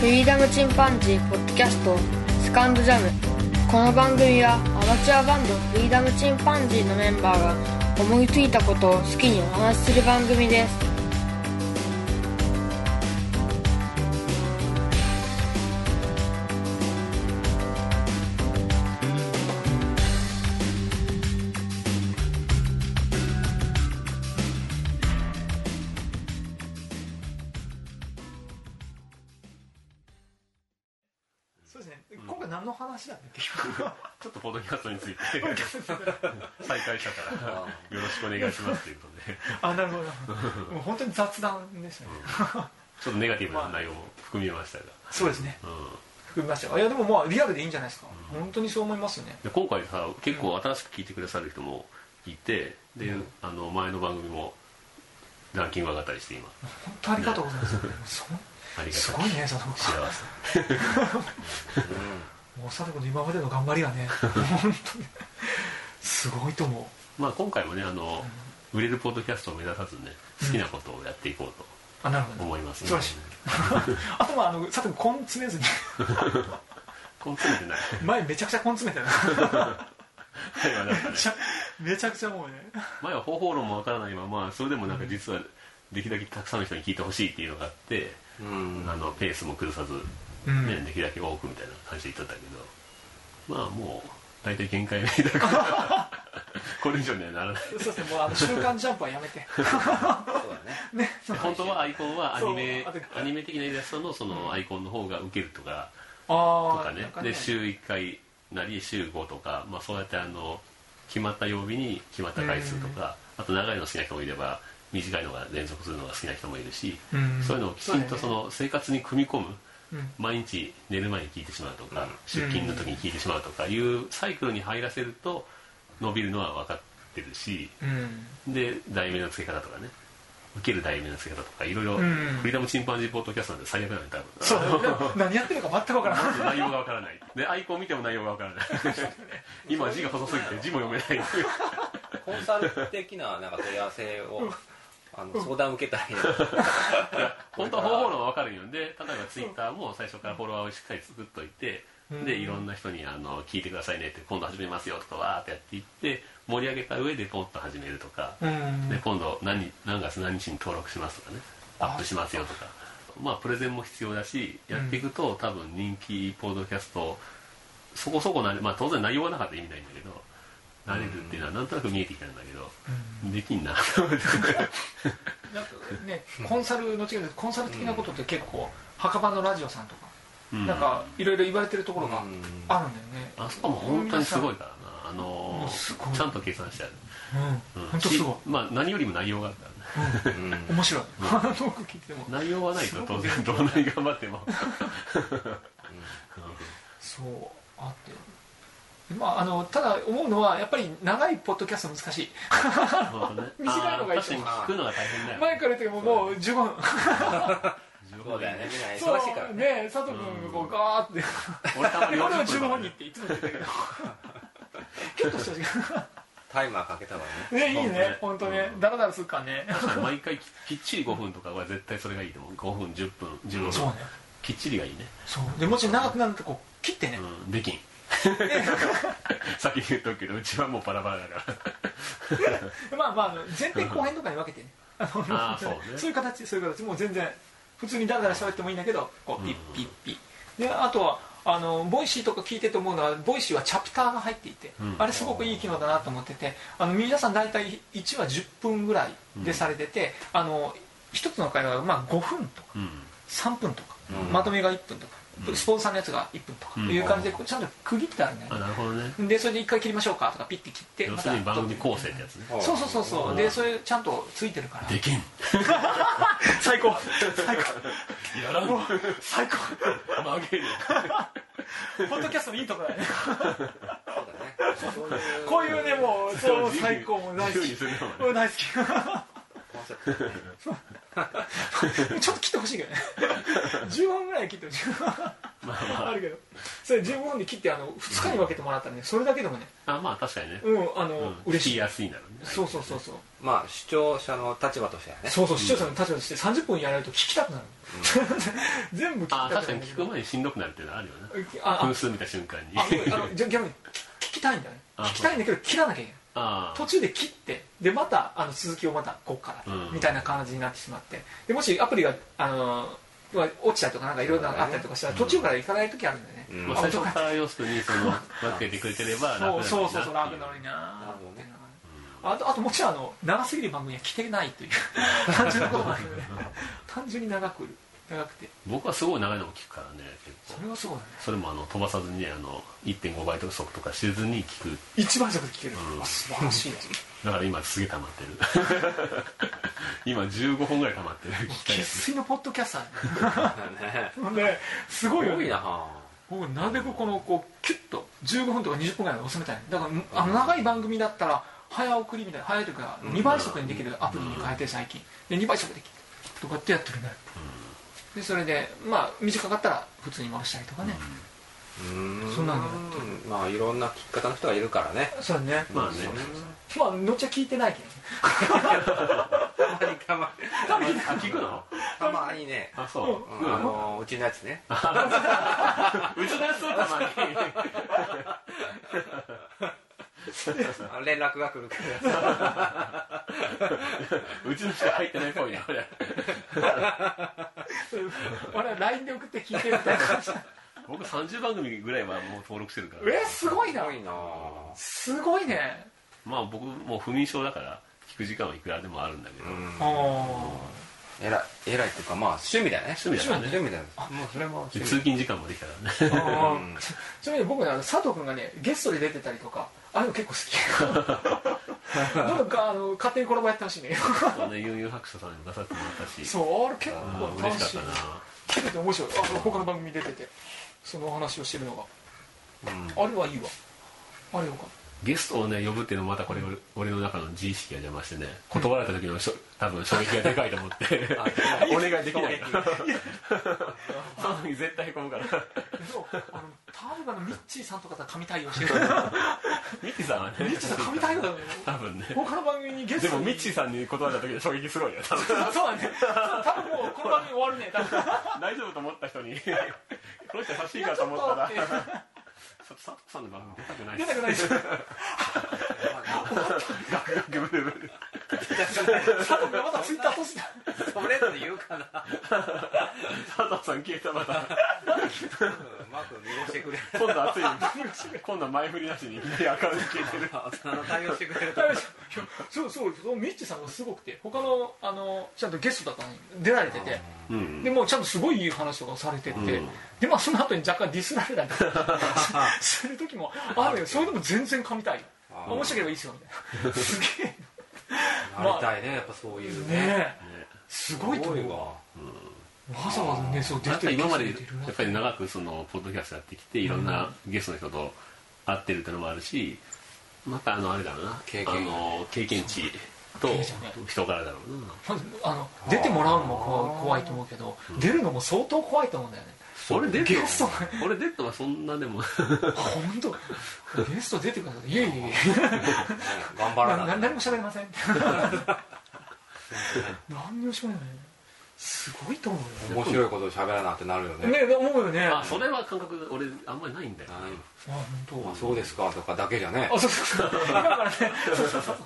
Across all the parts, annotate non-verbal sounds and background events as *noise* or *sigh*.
フリーダムチンパンジーポッドキャストスカンドジャムこの番組はアマチュアバンドフリーダムチンパンジーのメンバーが思いついたことを好きにお話しする番組ですそうですね、今回何の話だっけ結局はちょっとポッドキャストについて再開したからよろしくお願いしますということであなるほどもう本当に雑談でしたね、ちょっとネガティブな内容も含みましたが、そうですねうん、含みましたいやでもまあリアルでいいんじゃないですか、本当にそう思いますよねで今回さ結構新しく聞いてくださる人もいてで、あの前の番組もランキング上がったりして今本当ありがとうございます、そありがたきすごいね佐藤幸君せもう佐藤君の今までの頑張りがね本当にすごいと思うまあ今回もねあの、売れるポッドキャストを目指さずね好きなことをやっていこうとあなるほど、思います、素晴らしいあとまああの佐藤君根詰 *laughs* めずに根詰めてない *laughs* 前めちゃくちゃ根詰めたな前はなんかねめちゃくちゃもうね前は方法論もわからないままそれでもなんか実はできるだけたくさんの人に聞いてほしいっていうのがあって、うんあのペースも崩さず、うんね、できるだけ多くみたいな感じで言ってたけどまあもう大体限界目だから *laughs* これ以上にはならないそうですねもうあの「週刊ジャンプ」はやめてそうだねねその本当はアイコンはアニメそうあとアニメ的なイラストのそのアイコンの方がウケるとかとああかねで週1回なり週5とか、まあ、そうやってあの決まった曜日に決まった回数とか、あと長いの好きな人もいれば短いのが連続するのが好きな人もいるし、うんそういうのをきちんとそそうだよの生活に組み込む、うん毎日寝る前に聞いてしまうとか、うん出勤の時に聞いてしまうとかいうサイクルに入らせると伸びるのは分かってるしうんで題名の付け方とかね受ける題名の付け方とかいろいろうんフリーダムチンパンジーポッドキャストなんて最悪なんで多分そうだねでも *laughs* 何やってるか全く分からない内容がわからないでアイコン見ても内容がわから *laughs* ない今字が細すぎて字も読めないコンサル的ななんか問い合わせをあの相談受けたいな本当は方法論はわかるよで例えばツイッターも最初からフォロワーをしっかり作っといてでいろんな人にあの聞いてくださいねって今度始めますよとかわーってやっていって盛り上げた上でポンと始めるとか、うんで今度何何月何日に登録しますとかねアップしますよとかまあプレゼンも必要だしやっていくと、多分人気ポッドキャストそこそこなれまあ当然内容がなかったら意味ないんだけど慣れるっていうのはなんとなく見えてきたんだけど、できんななんかねコンサルの違いでコンサル的なことって結構墓場のラジオさんとか、うん *laughs* なんかいろいろ言われてるところがうんあるんだよね、あそこも本当にすごいからなあものうーすごいちゃんと計算してある、ううんん本当すごいしまあ何よりも内容があるからねうん面白い、 *laughs* あの僕聞いても内容はないと *laughs* 当然すごどくんなに頑張っ *laughs* てもそうあってまああのただ思うのはやっぱり長いポッドキャスト難しい本当ね短いのがいいと思うあー確かに聞くのが大変だよね前から言ってももう15分15そうだよねみんそなう忙しいからねね佐藤君がこうガーって俺たまに俺は15 40分分にっねていつも言って *laughs* たけど結構した時間タイマーかけたわねねいいね本本当当ねねダラダラするからね確か *laughs* に毎回ききっちり5分とかは絶対それがいいと思う5分10分15そう分ねきっちりがいいね、そうでもし長くなるとこう切ってねうん、できん *laughs* 先に言っとくけどうちはもうバラバラだからまあまああの前編後編とかに分けてねあのあーそうね *laughs* そういう形そういう形もう全然普通にダラダラ喋ってもいいんだけどこうピッピッピッであとはあのボイシーとか聞いてて思うのはボイシーはチャプターが入っていて、うんあれすごくいい機能だなと思っててあの皆さん大体1話10分ぐらいでされてて、あの1つの会話がまあ5分とかうん3分とか、うんまとめが1分とか、うんスポンサーのやつが1分とかうんいう感じでこうちゃんと区切ってあるんだよあね、なるほどねでそれで1回切りましょうかとかピッて切って要ますたるに番組構成ってやつねそうそうそうそううんでそれちゃんとついてるからできんや最高最高らんもう最高曲げるポッドキャストのいいとこだよねそうだねそういうこういうねもうそう最高もう大好自由にき *laughs* するのはねもう大好きコンセプトねちょっと切ってほしいけどね10分ぐらい切ってほしいまあるけどそれ15分で切ってあの2日に分けてもらったらねそれだけでもねあまあ確かにね、うんあの、うん、嬉し聞きいやすいんだろうねそうそうそうそうまあ視聴者の立場としてはね *laughs* そうそう視聴者の立場として30分やられると聞きたくなる、 *laughs* 全部聞きあたくな確るかに聞く前にしんどくなるっていうのはあるよね *laughs* ああ分数見た瞬間にああのじゃあ逆に聞きたいんだねあ聞きたいんだけど切らなきゃいけないあ途中で切ってでまたあの続きをまたここから、うんみたいな感じになってしまってでもしアプリがあのまあ落ちたりとかなんかいろいろあったりとかしたら途中から行かない時あるんだよね、うんまあ、最初から要するにその分けてくれてれば楽なのそうになそうそうそう楽なのにななるほどねあとあともちろんあの長すぎる番組は来てない *laughs* という単純なことなんでね単純に長く長くて僕はすごい長いのも聞くからね結そ構れはすごいねそれもあの飛ばさずにねあの1.5倍速とかせずに聞く一番速で聞ける、うんあ素晴ら *laughs* しいねだから今すげえ溜まってる今15本ぐらい溜まってる聞きたい生やつ粋のポッドキャスターねねほんですごいすよごいねなあもうなるべくこのこうキュッと15分とか20分ぐらいで収めたいだからあの長い番組だったら早送りみたいな早いというか2倍速にできるアプリに変えて最近で2倍速できるとかってやってるねでそれでまあ短かったら普通に回したりとかね、うんそんなのやまあいろんな聞き方の人がいるからねそうだねまあねうんまあ後は聞いてないけど *laughs* ねたまにたまあ聞くのたまにねあそう、うんあのうちのやつねうちのやつはたまにあ連絡が来るからうちの人入ってないっぽいなこれそれ俺は LINE で送って聞いてるみたいな感じ僕30番組ぐらいはもう登録してるから *laughs* えすごいすなごいなすごいねまあ僕もう不眠症だから聞く時間はいくらでもあるんだけど、うんあえらいえらいっていうかまあ趣味だよね趣味だからね趣味だよもうそれも趣で味通勤時間もできたからねーあうんーちなみに僕ねあの佐藤君がねゲストで出てたりとかあれも結構 *laughs* 好きどんどんかあの勝手にコラボやってほしいね *laughs* こんな悠々白書さんにも出させてもらったしそうあれ結うん構嬉楽ししいかったな聞いてて面白いあの他の番組出ててそのお話をしてるのうんがあれはいいわあれよかっゲストをね呼ぶっていうのもまたこれ俺俺の中の自意識が邪魔してね断られた時のしょ多分衝撃がでかいと思って *laughs* *laughs* お願いできないからその時 *laughs* 絶対へこむからたでもあのタルバのミッチーさんとかだったら神対応してるミッチーさんはねミッチーさん神対応だよね多分ね他の番組にゲスト *laughs* でもミッチーさんに断られた時の衝撃すごいよ多分ー *laughs* そうだねそう多分もうこの番組終わるね多分大丈夫と思った人に *laughs* この人優しいいやかちとょっ思ったとらって佐藤さんの番組出たくない出たくないです *laughs* ガクガクブルブル佐藤君がまたツイッターポストそれって言うかな佐藤さん消えたまたうまく濁してくれる今度熱い今度は前振りなしにいきなりアカウント消えてるあの対応してくれると *laughs* そうそうそのミッチさんがすごくて他のあのちゃんとゲストだったのに出られててうんでもうちゃんとすごいいい話とかをされてて、うんでまあその後に若干ディスられたりと *laughs* かする時もあるよそれでも全然噛みたいよあー面白ければいいですよみたい *laughs* なすげえ *laughs* なりたいねやっぱそういうねねえすごいと思うわわざわざねそう出やってぱる今までやゲスト出てるなっぱり長くそのポッドキャストやってきていろんなゲストの人と会ってるってのもあるしまたあのあれだろうな経験あの経験値と経験値ね人柄だろうなまずあの出てもらうのも怖い怖いと思うけど出るのも相当怖いと思うんだよね俺デッゲストがド俺デッドはそんなでも本当ゲスト出てくださいいえいえいえ頑張らななな何も喋れません *laughs* 何にも喋れないすごいと思う面白いこと喋らなってなるよねよねね思うよね *laughs* あそれは感覚俺あんまりないんだよないあ本あそうですかとかだけじゃね当。あそうそう *laughs* そうだからねそうそうそう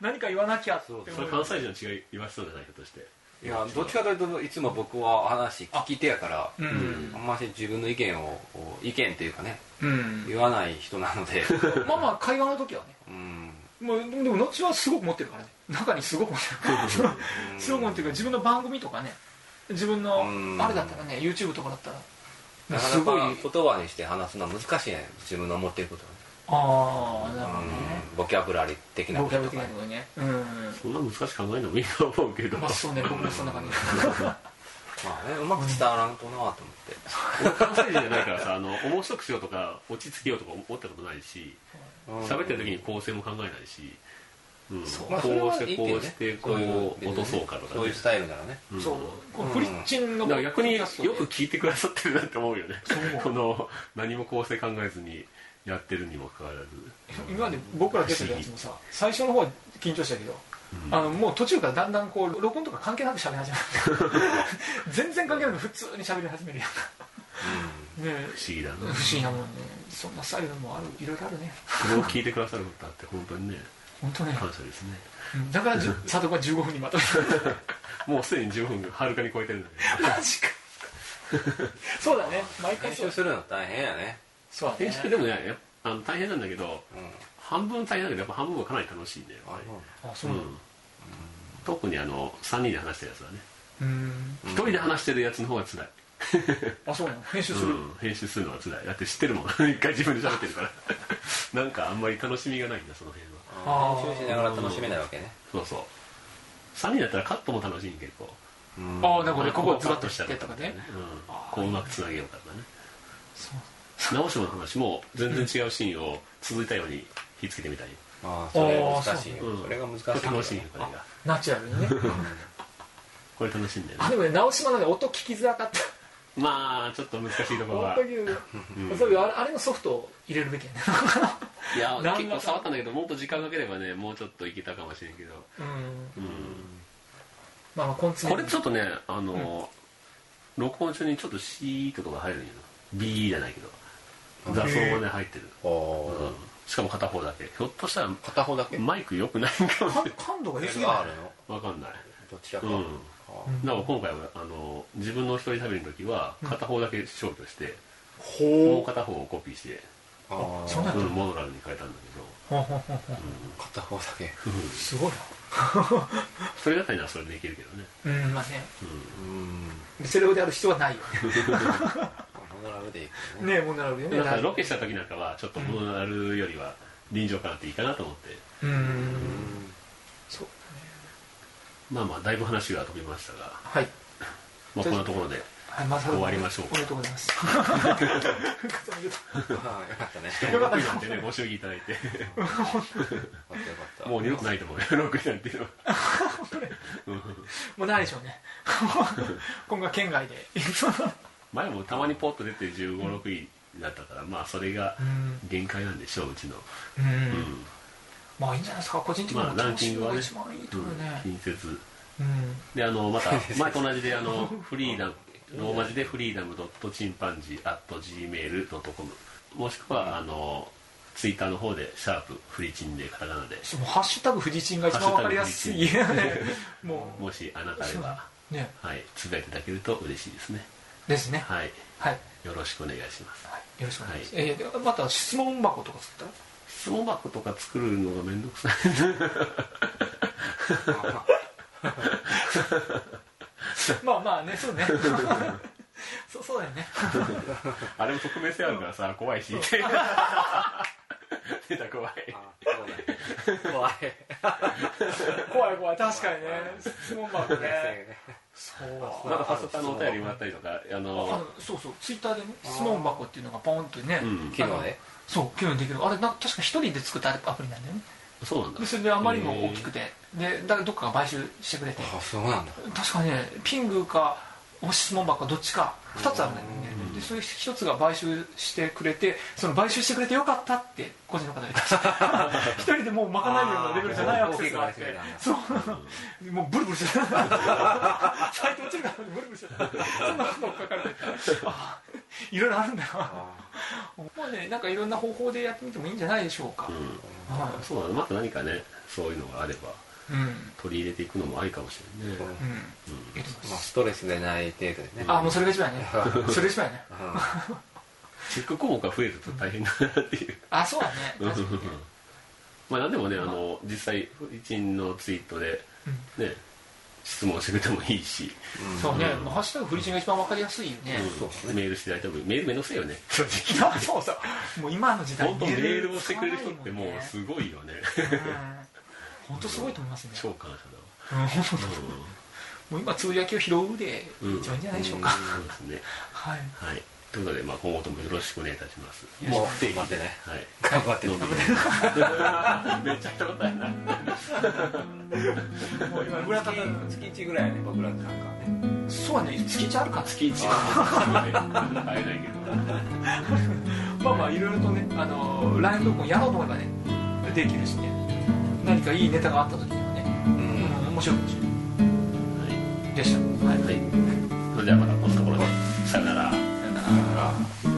何か言わなきゃって思うそそれ関西人の違い言わせそうじゃないかとしていやどっちかというといつも僕は話聞き手やからうあんんまり自分の意見をこう意見っていうかねうん言わない人なの *laughs* でまあまあ会話の時はねうんもうでもでも後はすごく持ってるからね中にすごく持ってるすごく持ってるから自分の番組とかね自分のうんあれだったらね YouTube とかだったならかすなごいか言葉にして話すのは難しいね自分の思っていることああなるはほどねねうんボキャブラリー的なボこキャとブとラ的かなねことねうんそんな難しく考えてもいいと思うけどまあそうね僕もそんな感じまあねうまく伝わらんとなと思って関西人じゃないからさあの面白くしようとか落ち着けようとか思ったことないし喋ってる時に構成も考えないしうんそうこまあそれうはしていいけどこねうしてこそういうう落とそうかとかそういうねスタイルならねうんそうこのフリッチンのだから逆によそうく聞いてくださってるなって思うよねそうこの何も構成考えずにやってるにもかかわらず今まで僕ら出てたやつもさ最初の方は緊張したけど、うんあのもう途中からだんだんこう録音とか関係なく喋り始める全然関係なく普通に喋り始めるやんね不思議だなえ不思議なもんねそんなスタイルもあるいろいろあるねこれを聞いてくださることあって本当にね本当ね感謝ですねうんだからじゅ佐藤が15分にまとめたもうすでに10分はるかに超えてるんだけマジかそうだね毎回編そう集だするの大変やねそうだど編ね集でもねやっぱあの大変なんだけどうん半分大変だけどやっぱ半分はかなり楽しいんだよ、あそうあうそうんなんだ特にあの3人で話してるやつはねうん一人で話してるやつの方が辛い、あそうなの編集すうる、ん、編集するのは辛いだって知ってるもん *laughs* 一回自分で喋ってるから *laughs* なんかあんまり楽しみがないんだその辺はあ編集しながら楽しめないわけねそうそう3人だったらカットも楽しいんけどああなんかねここここをズズババッッととししたたりりととかかねね、うん、こううまくつなげようからねそう直しもの話も全然違うシーンを続いたように引っつけてみたいああそれ難しいあーよそうそれが難しいこれ楽しいよよこれがナチュラルに *laughs* ねこれ楽しいんだよあねでもね直島のね音聞きづらかったまあちょっと難しいところ本は当に、うんそういうあれあれのソフトを入れるべ *laughs* きやねいやなんだか結構触ったんだけどもっと時間かければねもうちょっといけたかもしれんけど、うんうんまあまあコンツこれちょっっとねあの、録音中にちょっとシーッとかが入るんやな B じゃないけど雑音がね入ってる、うおんしかも片方だけひょっとしたら片方だけマイク良くないんかもしれない感度が良すぎがあないるの *laughs* 分かんないどちらかうんあだから今回はあの自分の一人喋りの時は片方だけ消去して、もほう片方をコピーして、あああそんなうん、モノラルに変えたんだけほどんほんほんほん片方だけすごいそれだったらそれでいけるけどね、な *laughs* うんまあねうんセレオである必要は *laughs* ないよモノラルでいくねねえもんなるよねだからロケした時なんかはちょっとモノラルよりは臨場感あっていいかなと思って、うんそうまあまあだいぶ話が飛びましたが、はいまとあ、こりあえずんなところではいまた終わりましょうおめでとうございます *laughs* *laughs* ああよかったね6よかっなんてねご祝儀いただいてたよかった *laughs* もう二度とないと思うよ6位なんていうのはもうないでしょうね *laughs* 今後は県外で前もたまにポッと出て1 5 6位だったからまあそれがうん限界なんでしょううちの、ううんんまあいいんじゃないですか個人的にまもあランキングはね楽しみが一番いいとう思うよんね、近接うんであのまた *laughs* 前と同じであのフリーダムローマ字でフリーダムドットチンパンジーアット gmail.com もしくはあのツイッターの方で「シャープフリチン」でカタカナでそのハッシュタグフジチンが一番わかりやすいハねももしあなたでは、うねはい、つぶやいていただけると嬉しいですねですねはいはい、よろしくお願いしますはい、よろしくお願いします、えーでまた質問箱とか作っ質問箱とか作るのがめんどくさいたらまあまあねそう *laughs* ねそうそうだよねあれも匿名性あるから *laughs* さ怖いし出た怖いあそうだね怖い怖い怖い確かにね質問箱ねねそうまだファスタのお便りもらったりとかああののそうそうツイッターでね質問箱っていうのがポンってね、うん昨日ねそう機能できるあれなんか確か一人で作ったアプリなんだよねそうなんだでそれであまりにも大きくてでだからどっかが買収してくれてあそうなんだ確かねピングかお質問箱どっちか2つあるんだよねでそれ1つが買収してくれてその買収してくれてよかったって個人の方が言ってました *laughs* 一人でもう賄えるようなレベルじゃないアクセスがあってあーそうもうブルブルしてたサイト落ちるからブルブルしてたそんなこと書かれてあーいろいろあるんだよもうねなんかいろんな方法でやってみてもいいんじゃないでしょうか、うんはそうなのまた何かねそういうのがあれい、うばんうん取り入れていくのもありかもしれいないね、いと思いますまあストレスでない程度でねあもうそれが一番 *laughs* やねそれが一番やねうチェック項目が増えると大変だなっていう、あそうだね確かにねまあ何でもねあの実際一員のツイートでね質問してくれてもいいし、んそうね、もうハッシュタグフリチンが一番わかりやすいよね、そうですねメールしていただいてもメールめんどくせえよね正直いやそうそうもう今の時代本当メールをしてくれる人ってもメールう使すごいよねわないもんねうん本当すごいと思いますね超感謝うんだわもう今つぶやきを拾うで一番いいんじゃないでしょうか、うんそうですねはいはいということで、まあ、今後ともよろしくお願いいたします。もう不定期でねはい。頑張ってどるうも *laughs* めっちゃ人答えない。もう今村月田君月1ぐらいやね僕らの参加はねそうはね月一あるか月一 *laughs* は会えないけど。まあまあいろいろとねあのーライブ録音やろうと思えばねできるしね何かいいネタがあった時にはね、うん面白いかもしれないでした、はいはい。それではまたこんなところで。さよなら。さよなら